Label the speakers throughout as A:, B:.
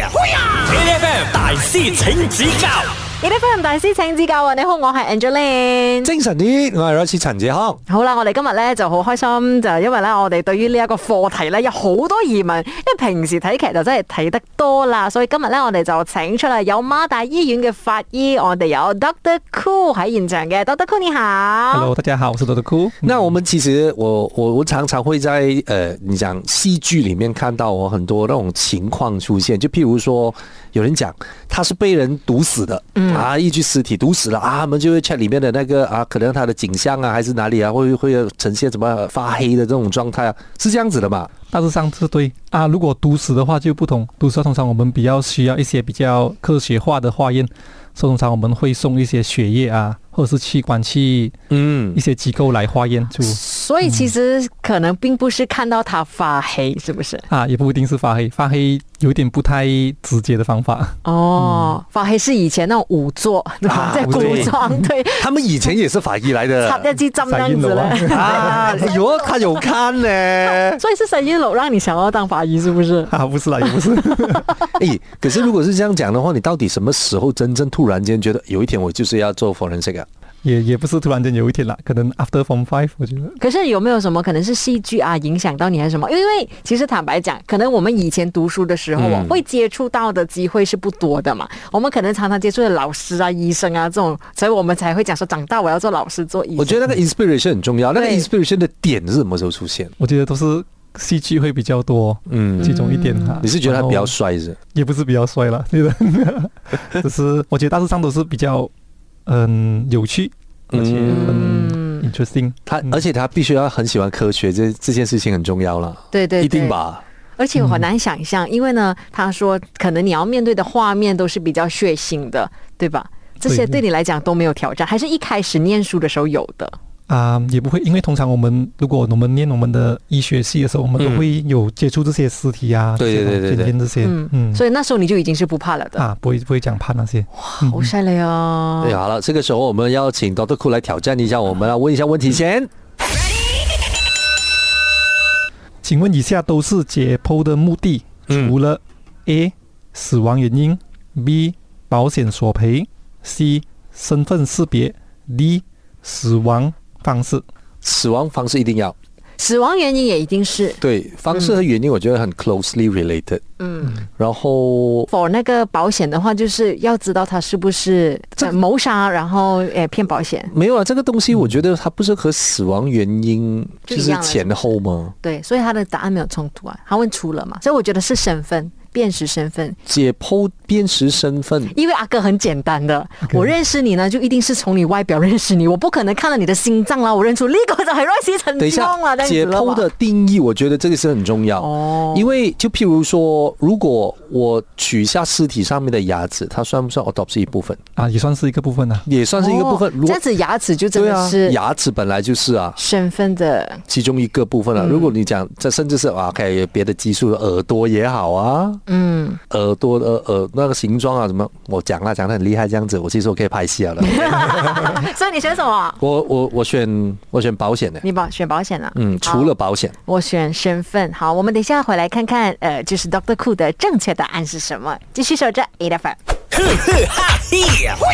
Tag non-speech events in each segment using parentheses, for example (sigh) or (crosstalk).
A: F 大师请指教
B: 你啲 friend 大師請指教啊！你好，我係 Angeline。
C: 精神啲，我係 r o s e 陳志康。
B: 好啦，我哋今日咧就好開心，就因為咧我哋對於呢一個課題咧有好多疑問，因為平時睇劇就真係睇得多啦，所以今日咧我哋就請出嚟有孖大醫院嘅法醫，我哋有 Doctor Cool 喺現場嘅，Doctor Cool 你好。
D: Hello，大家好，我是多多酷。
C: 啊那我们其实我我我常常会在呃，你讲戏剧里面看到哦很多那种情况出现，就譬如说有人讲他是被人毒死的，啊，一具尸体毒死了啊，我们就会 check 里面的那个啊，可能他的景象啊，还是哪里啊，会会有呈现什么发黑的这种状态啊，是这样子的嘛？
D: 大致上是对啊，如果毒死的话就不同，毒死通常我们比较需要一些比较科学化的化验，所以通常我们会送一些血液啊，或者是器官去
C: 嗯
D: 一，些机构来化验出
B: 所以其實可能並不是看到他發黑，是不是？
D: 啊，也不一定是发黑，发黑有点不太直接的方法。
C: (laughs)
B: 哦，發黑是以前那種仵作，對吧
C: 嗯
B: (laughs)
C: 啊
B: 在古
D: 對
B: 裝對，
C: 他们以前也是法医来
B: (laughs)
C: 的
B: 插一支針這
C: (laughs)
B: 樣子
D: (laughs) 撒
B: 咧
D: 煙。
C: 啊，哎呦，他有看呢、
B: 所以是沈一楼让你想要当法医，是不是？
D: (laughs) 啊，不是啦，也不是。
C: (laughs) 诶，哎可是如果是这样讲的话，你到底什么时候真正突然间觉得有一天我就是要做 forensic 啊？
D: 也也不是突然间有一天啦，可能 after form five，我觉得
B: 可是有没有什么可能是戏剧啊影响到你还是什么？因为其实坦白讲，可能我们以前读书的时候啊，
C: 嗯
B: 会接触到的机会是不多的嘛。我们可能常常接触的老师啊、医生啊这种，所以我们才会讲说长大我要做老师、做医生。
C: 我觉得那个 inspiration 很重要，那个
B: 对
C: inspiration 的点是什么时候出现？
D: 我觉得都是戏剧会比较多，
C: 嗯，
D: 其中一点哈、
C: 你是觉得
D: 然
C: 他
D: 后
C: 比较帅
B: 哦
C: 是？
D: 也不是比较帅了，对的， (laughs) 只是我觉得大致上都是比较嗯有趣，而且
B: 嗯
D: 嗯 interesting。
C: 他而且他必须要很喜欢科学，这这件事情很重要啦，
B: 对对对，
C: 一定。吧？
B: 而且我很难想象，因为呢，他说可能你要面对的画面都是比较血腥的，对吧？这些
C: 嗯
D: 对
B: 对你来讲都没有挑战，还是一开始念书的时候有的。
D: 啊、也不会，因为通常我们如果我们念我们的医学系的时候，我们
C: 嗯
D: 都会有接触这些尸体啊，
C: 对对对对对
D: 检验这些，
B: 嗯
D: 嗯
B: 所以那时候你就已经是不怕了的。
D: 啊，不会不会讲怕那些，嗯
B: 好犀利啊！
C: 对，好了，这个时候我们要请 Doctor Cool 来挑战一
B: 嗯
C: 下，我们要啊问一下问题先。
D: 请问以下都是解剖的目的，
C: 嗯
D: 除了 A 死亡原因，B 保险索赔，C 身份识别，D 死亡方式。
C: 死亡方式一定要
B: 死亡原因也一定是，
C: 对方式和原因，我觉得很 closely related。
B: 嗯，
C: 然后
B: 否那个保险的话，就是要知道他是不是呃谋杀，然后诶骗保险。
C: 没有啊，这个东西我觉得它不是和死亡原因
B: 就
C: 就
B: 一
C: 是
B: 样了
C: 前后吗？
B: 对，所以他的答案没有冲突啊，他问除了嘛，所以我觉得是身份。辨识身份，
C: 解剖辨识身份，
B: 因为阿哥很简单的
D: OK
B: 我认识你呢，就一定是从你外表认识你，我不可能看了你的心脏啦，我认出呢个就系 Royce 陈
C: 等一
B: 志
C: 下
B: 康啦，这样子
C: 解
B: 了
C: 剖
B: 吧
C: 的定义，我觉得这个是很重要。
B: 哦
C: 因为就譬如说，如果我取下尸体上面的牙齿，它算不算 autopsy 一部分？
D: 啊，也算是一个部分啊。
C: 也算是一个部分。
B: 哦这
C: 如果
B: 样子牙齿就真
C: 对
B: 的
C: 啊
B: 是，
C: 牙齿本来就是啊，
B: 身份的
C: 其中一个部分了、啊
B: 嗯
C: 如果你讲这甚至是啊，可以有别的激素，耳朵也好啊，
B: 嗯，
C: (laughs)
B: (laughs)
C: 耳朵的耳耳那个形状啊，什么，我讲啊讲的很厉害这样子，我其实我可以拍戏啊了的。
B: 所以你选什么？
C: 我我我选我选保险的，
B: 你保选保险啊？
C: 嗯，
B: 好
C: 除了保险，
B: 我选身份。好，我们等一下回来看看，呃，就是 Doctor Cool 的正确答案是什么？继续守着 A F M。
A: ，A F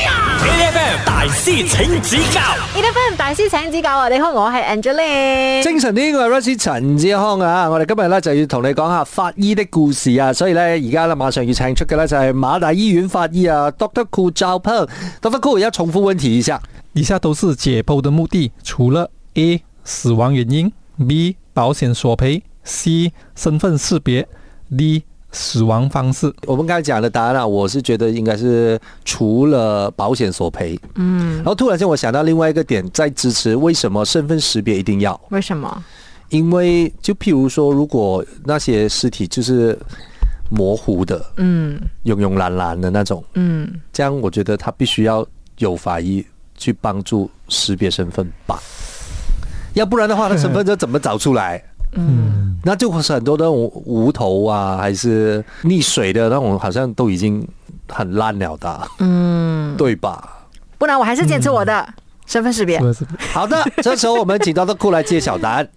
A: M 大师请指教
B: A F M 大師請指教啊！你好，我係 Angeline。
C: 精神呢個係 Rosie 陳志康啊，我哋今日咧就要同你講下法醫的故事啊，所以咧而家咧馬上要請出嘅咧就係馬大醫院法醫啊，Doctor Cool 赵鹏，Doctor Cool 要重複問題一下，
D: 以下都是解剖的目的，除了 A 死亡原因，B 保险索赔，C 身份识别，D 死亡方式。
C: 我們剛才講的答案啊，我是覺得應該是除了保險索賠，嗯，然後突然間我想到另外一個點，在支持為什麼身份識別一定要，
B: 為什麼？
C: 因為就譬如說，如果那些屍體就是模糊的，
B: 嗯
C: 慵慵懒懒的那种，
B: 嗯，
C: 这样我觉得他必须要有法医去帮助识别身份吧，要不然的话，那身份证怎么找出来？嗯，那就是很多那种无头啊，还是溺水的那种，好像都已经很烂了的，嗯，对吧？
B: 不然我還是坚持我的、身份識別。
D: 是不是？
C: 好的，这时候我们请到的库来揭晓答案。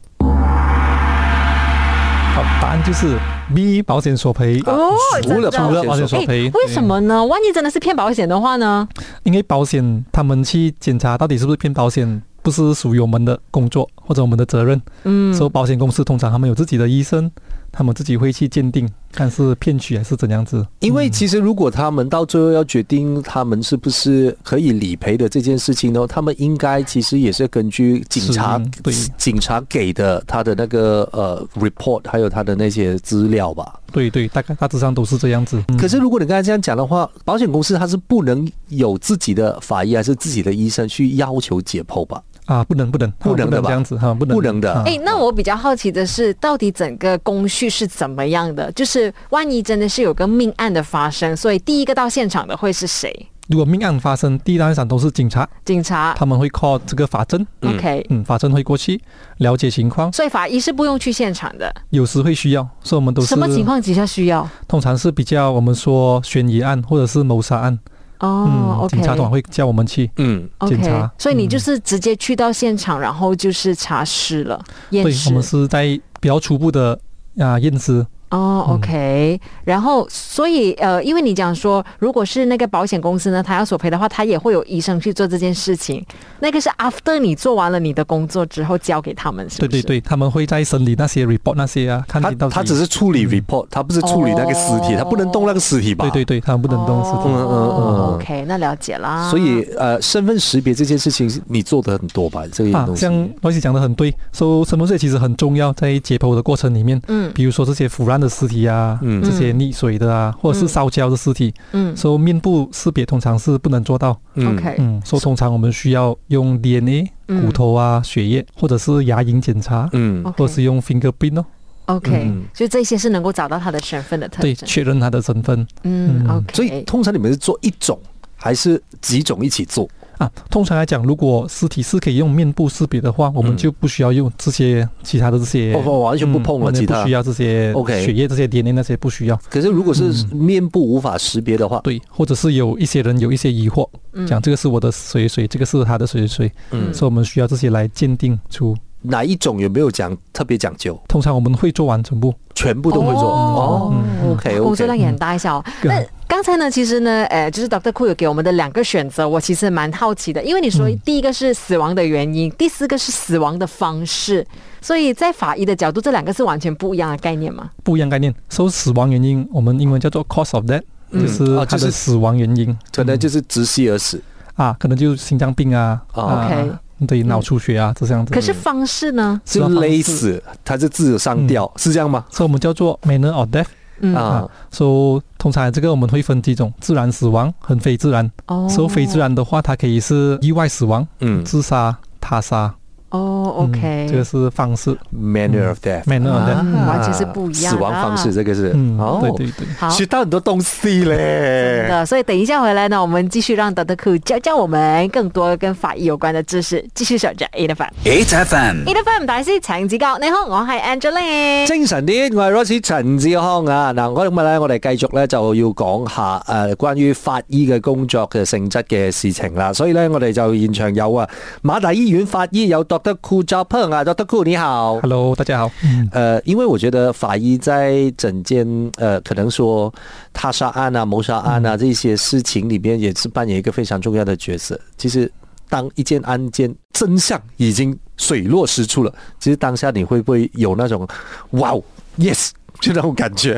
D: 好，答案就是 B 保险索赔，
B: 哦，
C: 除了
B: 真的
C: 保
D: 除了保险索赔嗯
B: 哎，为什么呢？万一真的是骗保险的话呢？
D: 因为保险他们去检查到底是不是骗保险，不是属于我们的工作或者我们的责任。
B: 嗯，
D: 所以保险公司通常他们有自己的医生，他们自己会去鉴定，看是骗取还是怎样子。
C: 因为其实如果他们到最后要决定他们是不是可以理赔的这件事情呢，他们应该其实也是根据警察
D: 是嗯对
C: 警察给的他的那个呃 report，还有他的那些资料吧。
D: 对对，大概大致上都是这样子。嗯
C: 可是如果你刚才这样讲的话，保险公司它是不能有自己的法医还是自己的医生去要求解剖吧？
D: 啊，不能不能，他们
C: 不能的吧
D: 这样子哈，不能
C: 不能的
D: 啊
B: 哎、那我比较好奇的是，到底整个工序是怎么样的？就是万一真的是有个命案的发生，所以第一个到现场的会是谁？
D: 如果命案发生，第一当场都是警
C: 啊
D: 察，
B: 警察。
D: 他们会 call 这个法证，
B: OK，、
D: 嗯，法证会过去了解情况，
B: 所以法医是不用去现场的。
D: 有时会需要，所以我们都是
B: 什么情？况底下需要？
D: 通常是比较我们说悬疑案或者是谋杀案，
B: 哦、o k
D: 嗯警察团会叫我们去。
C: 嗯，
D: 检查
B: OK，所以你就是直接去到现场，然后就是查尸了，验
D: 对，
B: 尸
D: 我。们是在比较初步的啊验尸，
B: 哦
D: 嗯
B: ，OK，、然后所以呃，因为你讲说，如果是那个保险公司呢，他要索赔的话，他也会有医生去做这件事情。那个是 after 你做完了你的工作之后交给他们，是不
D: 对
B: 是？
D: 对对，他们会在审理那些 report 那些啊，看
C: 他
D: 你到底嗯
C: 他只是处理 report，他不是处理那个尸体，
B: 哦
C: 他不能动那个尸体吧？
D: 对对对，他们不能动是
B: 哦
D: 这样。
C: 嗯嗯嗯
B: OK，那了解啦。
C: 所以呃，身份识别这件事情你做的很多吧？这个
D: 啊
C: 东，
B: 嗯
C: 西。
D: 像罗西讲的很对，说、身份证其实很重要，在解剖的过程里面，
B: 嗯
D: 比如说这些腐烂的尸体啊，
C: 嗯
D: 这些溺水的啊，或者是烧焦的尸体，
B: 嗯
D: 所以面部识别通常是不能做到。
C: 嗯
B: ，OK，
D: 嗯，所以通常我们需要用 DNA、
B: 嗯
D: 骨头啊、血液，或者是牙龈检查，
C: 嗯
B: OK
D: 或者是用 fingerprint 哦，
B: OK，
C: 嗯
B: 所以这些是能够找到他的身份的特
D: 对，
B: 征。
D: 确认他的身份
B: 嗯
D: 嗯
B: ，OK，
C: 所以通常你们是做一种还是几种一起做？
D: 啊。通常来讲，如果尸体是可以用面部识别的话，我们
C: 嗯
D: 就不需要用这些其他的这些，嗯
C: 哦哦完全不碰了
D: 我们
C: 其他
D: 不需要这些
C: OK
D: 血液这些 DNA 那些不需要。
C: 可是如果是面部无法识别的话，
D: 对，或者是有一些人有一些疑惑，
B: 嗯
D: 讲这个是我的谁谁，这个是他的谁谁，
C: 嗯
D: 所以我们需要这些来鉴定出。
C: 哪一种有没有讲特别讲究？
D: 通常我们会做完全部，
C: 全部都会
B: 哦
C: 做哦。
D: 嗯
C: OK
B: 工作量
C: OK，
B: 也很大一下哦。
D: 嗯
B: 那刚才呢，其实呢，呃，就是 Doctor Cool 有给我们的两个选择，我其实蛮好奇的，因为你说
D: 嗯
B: 第一个是死亡的原因，第四个是死亡的方式，所以在法医的角度，这两个是完全不一样的概念嘛？
D: 不一样概念。受死亡原因，我们英文叫做 cause of death，、
B: 嗯
D: 就是
C: 啊就
D: 他
C: 是
D: 的死亡原因，嗯
C: 可能哦就是窒息而死。
D: 啊，可能就是心脏病啊，
C: 哦
D: 啊
B: OK 嗯
D: 对，脑出血啊，这样子。
B: 可是方式呢？
C: 是
D: 死亡方式
C: 勒死，他是自由上吊，是这样吗？
D: 所以我们叫做 manner of death
B: 嗯，
C: 啊
D: 啊，so 通常这个我们会分几种，自然死亡和非自然。
B: 哦
D: so 非自然的话，它可以是意外死亡、
C: 嗯
D: 自杀、他杀。
B: 哦
D: 嗯
B: ，OK，
D: 这个是方式。
C: ，manner of death，
D: manner of death
B: 嗯完全是不一样
C: 死亡方式，
B: 啊
C: 这个是
D: 嗯，
C: 啊哦，
D: 对对对。
B: 好。
C: 学到很多东西
B: 真
C: 嘞。
B: 的，所以等一下回来呢，我们继续让 Doctor Cool 教教我们更多跟法医有关的知识。继续守着 A 的 f
A: ，H F M，
B: A 的 f 大师請指教。你好，我係 Angeline。
C: 精神啲，我係 Rosie 陳志康啊！嗱，我咁日咧，我哋繼續咧就要講下誒、呃、關於法醫嘅工作嘅性質嘅事情啦。所以咧，我哋就現場有啊馬大醫院法醫有 Doctor Cool j o p e n 啊，Doctor Cool 你好。
D: Hello，大家好。嗯
C: 呃，因为我觉得法医在整件呃，可能说他杀案啊、谋杀案啊这些事情里边，也是扮演一个非常重要的角色。其实，当一件案件真相已经水落石出了，其实当下你会不会有那种哇哦，yes 就那种感觉，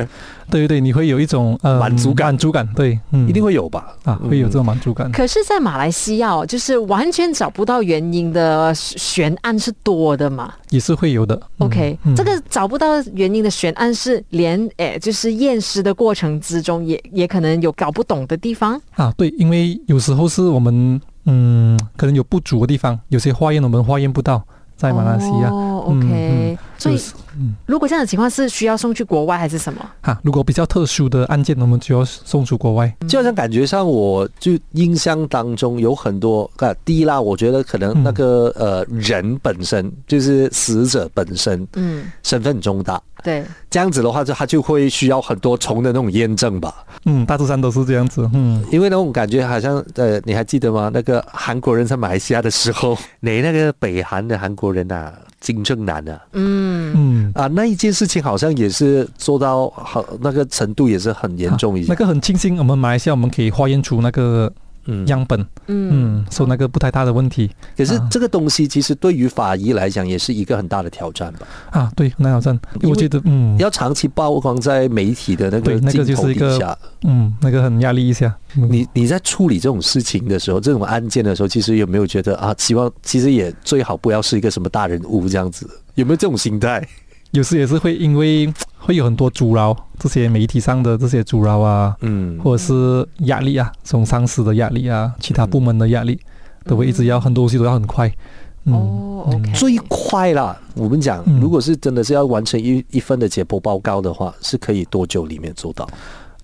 D: 对对对，你会有一种呃
C: 满足感
D: 满足感，对，嗯，
C: 一定会有嗯吧？
D: 啊，会有这种满足感。
B: 可是，在马来西亚哦，就是完全找不到原因的悬案是多的嘛。
D: 也是会有的。嗯
B: OK，、
D: 嗯
B: 这个找不到原因的悬案是连诶、就是验尸的过程之中也也可能有搞不懂的地方。
D: 啊，对，因为有时候是我们嗯，可能有不足的地方，有些化验我们化验不到，在马来西亚。
B: 哦、
D: 嗯
B: OK，、
D: 嗯
B: 所
D: 就
B: 以
D: 是嗯
B: 如果这样的情况是需要送去国外还是什么？
D: 哈、如果比较特殊的案件，我们就要送出国外。
C: 就好像感觉上，我就印象当中有很多啊，第一啦，我觉得可能那个、呃人本身就是死者本身
B: 嗯，
C: 身份很重大。
B: 对，
C: 这样子的话，就他就会需要很多重的那种验证吧，
D: 嗯，大致上都是这样子。嗯，
C: 因为那种感觉好像呃，你还记得吗？那个韩 (laughs) 国人在马来西亚的时候，你那个北韩的韩国人啊，金正男啊，
B: 嗯嗯，
D: 嗯，
C: 啊，那一件事情好像也是做到好那个程度也是很严重一
D: 啊那
C: 些。
D: 个很庆幸，我们马来西亚我们可以化验出那个
C: 嗯，
D: 样本，嗯，所以那个不太大的问题
C: 可是这个东西其实对于法医来讲也是一个很大的挑战吧？
D: 啊。对，很挑战，因为我觉得，嗯
C: 要长期曝光在媒体的那个
D: 对那个
C: 镜头
D: 就是一个
C: 底下，
D: 嗯，那个很压力一下。嗯
C: 你你在处理这种事情的时候，这种案件的时候，其实有没有觉得啊，希望其实也最好不要是一个什么大人物这样子？有没有这种心态？
D: 有时也是会因为会有很多阻挠，这些媒体上的这些阻挠啊，
C: 嗯，
D: 或者是压力啊，从上司的压力啊，其他部门的压力，都会一直要很多东西都要很快。嗯，
B: 哦，OK，
C: 最快啦，我们讲，
D: 嗯
C: 如果是真的是要完成一一份的解剖报告的话，是可以多久里面做到？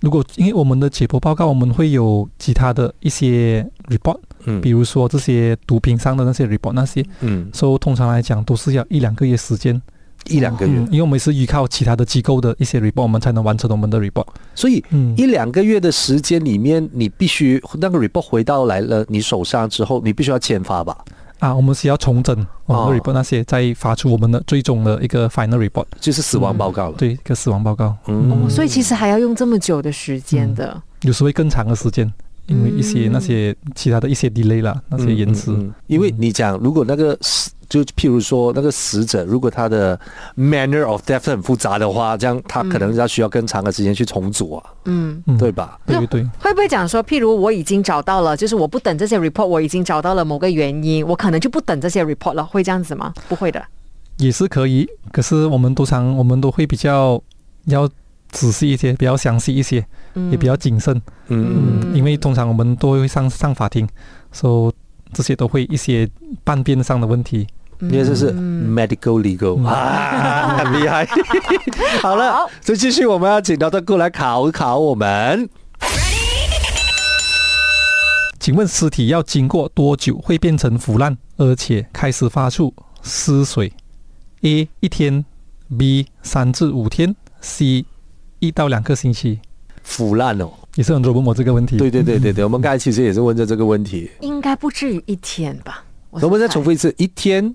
D: 如果因为我们的解剖报告，我们会有其他的一些 report，
C: 嗯
D: 比如说这些毒品上的那些 report 那些，
C: 嗯，
D: 所以通常来讲都是要一两个月时间。
C: 一两个月，
D: 嗯，因为我们是依靠其他的机构的一些 report，我们才能完成我们的 report。
C: 所以
D: 嗯，
C: 一两个月的时间里面，你必须那个 report 回到来了你手上之后，你必须要签发吧？
D: 啊，我们是要重整我
C: 哦
D: 们的 report 那些，再发出我们的最终的一个 final report，
C: 就是死亡报告了。
D: 对，一个死亡报告。
C: 嗯
B: 哦，所以其实还要用这么久的时间的，
D: 有时会更长的时间，因为一些
B: 嗯
D: 那些其他的一些 delay 啦，那些延迟。
C: 嗯嗯嗯因为你讲，如果那个死，就譬如说那个死者，如果他的 manner of death 很复杂的话，这样他可能要需要更长的时间去重组啊，
B: 嗯。
D: 嗯
C: 对吧？
D: 对对对，
B: 会不会讲说，譬如我已经找到了，就是我不等这些 report，我已经找到了某个原因，我可能就不等这些 report 了，会这样子吗？不会的。
D: 也是可以。可是我们通常我们都会比较要仔细一些，比较详细一些，
B: 嗯
D: 也比较谨慎。
C: 嗯，
B: 嗯
D: 因为通常我们都会上上法庭，所以这些都会一些半边上的问题。
C: 因为这是
B: 嗯
C: medical legal、
D: 嗯
C: 啊，很
B: (laughs)
C: 厉害。好了
B: 好，
C: 所以继续我们要请到他过来考一考我们。
D: 请问尸体要经过多久会变成腐烂，而且开始发出尸水？A 一天，B 三至五天，C 一到两个星期。
C: 腐烂哦，
D: 也是很多人问我这个问题。
C: 对对对
D: (laughs)
C: 对对，我们刚才其实也是问着这个问题，
B: 应该不至于一天吧？我
C: 能不能再
B: 猜
C: 重复一次？一天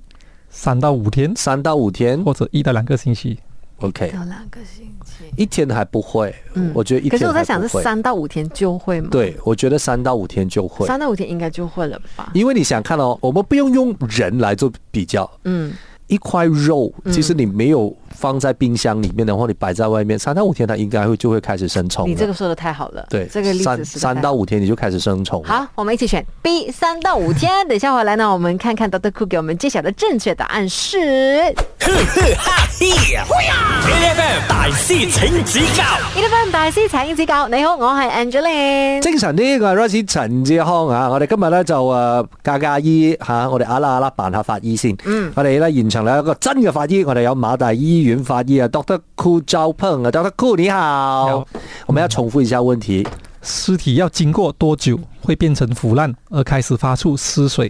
D: 三到五天
C: 三到五天
D: 或者一到两个星期。
C: ，OK，
B: 到两个星期。
C: 一天还不会，
B: 嗯
C: 我觉得一
B: 可是
C: 天还不会。
B: 我在想，这三到五天就会吗？，
C: 对，我觉得三到五天就会，
B: 三到五天应该就会了吧？
C: 因为你想看哦，我们不用用人来做比较，
B: 嗯，
C: 一块肉其实你没有放在冰箱里面的话，你摆在外面三到五天，它应该会就会开始生虫了。
B: 你这个说的太好了，
C: 对，
B: 这个例
C: 三
B: 子是
C: 三到五天你就开始生虫了。
B: 好，我们一起选 B 三到五天。等一下回来呢，我们看看 Doctor Cook 给我们揭晓的正确答案是。
A: 哈嘿呀！A F M 大师请指教
B: 一分大师请指教，你好，我係 Angeline。
C: 精神啲，我係 Rosie 陳志康啊！我哋今日咧就誒嫁嫁醫嚇、我哋阿啦阿啦扮下法醫先。嗯，我哋咧現場咧有一個真嘅法醫，我哋有馬大醫院法醫啊，Doctor Cool 趙鵬啊，Doctor Cool 你好。
D: 好
C: 我们要重複一下問題，
D: 尸体要经过多久会变成腐烂而开始发出尸水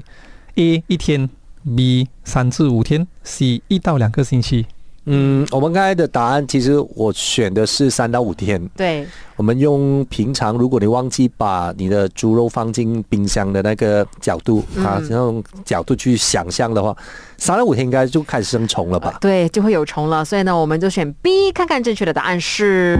D: ？A 一天，B 三至五天，C 一到两个星期。
C: 嗯，我們剛才的答案其實我選的是三到五天。
B: 对，
C: 我們用平常，如果你忘記把你的豬肉放進冰箱的那個角度、啊，那種角度去想象的話，三到五天應該就開始生蟲了吧？
B: 对，就会有虫了，所以呢，我们就选 B，看看正确的答案是。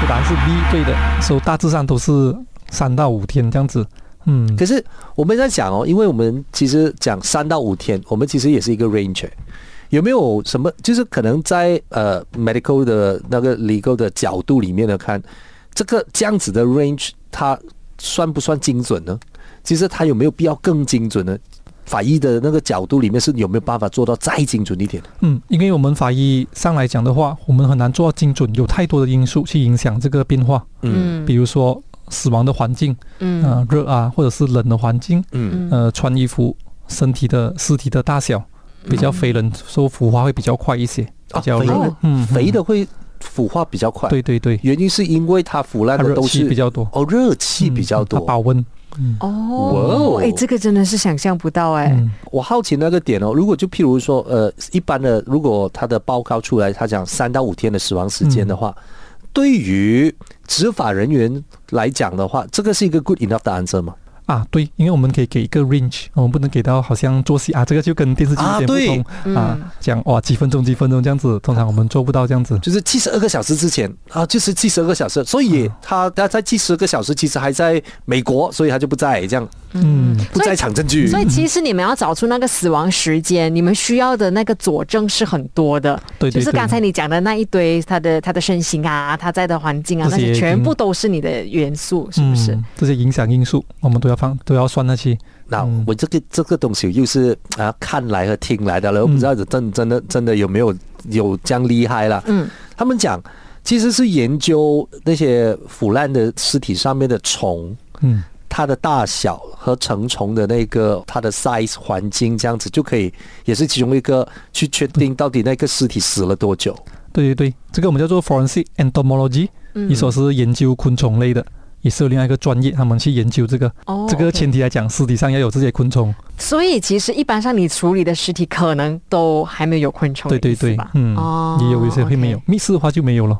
D: 所以答案是 B 对的，所以大致上都是三到五天这样子。嗯，
C: 可是我们在讲哦，因为我们其实讲三到五天，我们其实也是一个 range，有欸没有什么就是可能在呃 medical 的那个 legal 的角度里面呢看，这个这样子的 range 它算不算精准呢？其实它有没有必要更精准呢？法医的那个角度里面是有没有办法做到再精准一点？
D: 嗯，因为我们法医上来讲的话，我们很难做到精准，有太多的因素去影响这个变化，
B: 嗯
D: 比如说死亡的环境，
B: 嗯
D: 呃，热啊，或者是冷的环境，
C: 嗯
B: 嗯
D: 呃，穿衣服、身体的尸体的大小比较肥人，所以腐化会比较快一些，
C: 嗯啊
D: 比较
C: 肥
D: 容易
C: 的
D: 嗯，
C: 肥
D: 嗯，
C: 的会腐化比较快，
D: 对对对，
C: 原因是因为它腐烂
D: 它
C: 的
D: 热
C: 都
D: 气
C: 是
D: 比较多，
C: 哦热气
D: 嗯
C: 比较
D: 它
C: 多，
D: 保温，嗯
B: 哦，
C: 哇哦
B: 哎、这个真的是想象不到哎、
D: 嗯，
C: 我好奇那个点哦，如果就譬如说，呃，一般的，如果他的报告出来，他讲三到五天的死亡时间的话，
B: 嗯
C: 对于执法人员来讲的话，这个是一个 good enough 的 answer 吗？
D: 啊，对，因为我们可以给一个 range，我们不能给到好像做戏啊，这个就跟电视剧
C: 啊
D: 有
C: 对嗯
D: 点不同啊讲哇几分钟几分钟这样子，通常我们做不到这样子。
C: 就是七十二个小时之前啊，就是七十二个小时，所以
B: 啊
C: 他他在七十二个小时其实还在美国，所以他就不在这样，
D: 嗯，
C: 不在场证据
B: 所。以其实你们要找出那个死亡时间，你们需要的那个佐证是很多的，
D: 对对
B: 就是刚
D: 对
B: 才你讲的那一堆，他的他的身形啊，他在的环境啊，
D: 这
B: 那
D: 些
B: 些全
D: 嗯
B: 部都是你的元素，是不是？
D: 嗯、这些影响因素，我们都要放都要算那些。
C: 那
D: 嗯
C: 我这个这个东西又是啊看来和听来的了，我不知道真真的真的有没有有这样厉害啦。
B: 嗯，
C: 他们讲其实是研究那些腐烂的尸体上面的虫。
D: 嗯，
C: 它的大小和成虫的那个它的 size 环境这样子就可以，也是其中一个去确定到底那个尸体死了多久。
D: 对对对，这个我们叫做 forensic entomology，
B: 嗯
D: 一说是研究昆虫类的，也是有另外一个专业，他们去研究这个。
B: 哦
D: 这个
B: OK
D: 前提来讲，尸体上要有这些昆虫。
B: 所以其实一般上你处理的尸体可能都还没有昆虫的
D: 对对
B: 意思
D: 对
B: 吧，
D: 嗯，
B: 哦
D: 也有一些会没有
B: OK。
D: 密室的话就没有了。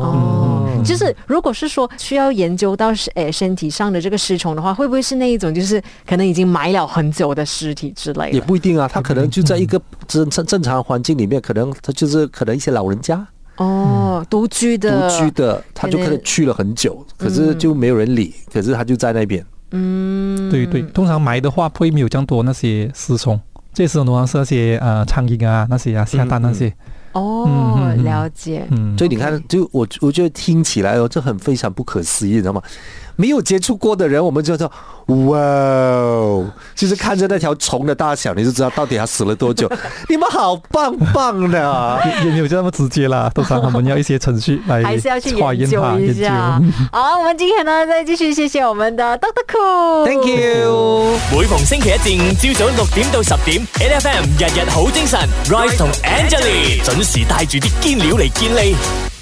B: 哦
D: 嗯
B: 就是，如果是说需要研究到是诶身体上的这个尸虫的话，会不会是那一种就是可能已经埋了很久的尸体之类
C: 也
B: 的？
C: 不一定啊，他可能就在一个正正正常环境里面，可能他就是可能一些老人家
D: 嗯
B: 哦，独居
C: 独
B: 的，
C: 居的，他就可能去了很久，可是就没有人理，可是他就在那边。
B: 嗯，
D: 对对，通常埋的话会没有这样多那些尸虫。这些尸虫通常是那些呃苍蝇啊，那些啊下蛋那些，嗯
B: 哦
D: 嗯，嗯
B: 了解，
D: 嗯，
C: 所以你看，就我我觉得听起来哦，这很非常不可思议，你知道吗？没有接触过的人，我们就说哇哦，就是看着那条虫的大小，你就知道到底它死了多久。 (laughs) 你们好棒棒的啊！
D: 嗯也也没有这么直接啦，通常他们要一些程序来
B: 还是要去
D: 化
B: 研
D: 它
B: 究一
D: 研
B: 下
D: 究。。
B: 好，我们今天呢，再继续谢谢我们的 Doctor Cool。
C: Thank you。
A: 每逢星期一至五朝早六點到十點，N F M 日日好精神，Rise 同 Angelie 準時帶住啲堅料嚟健利。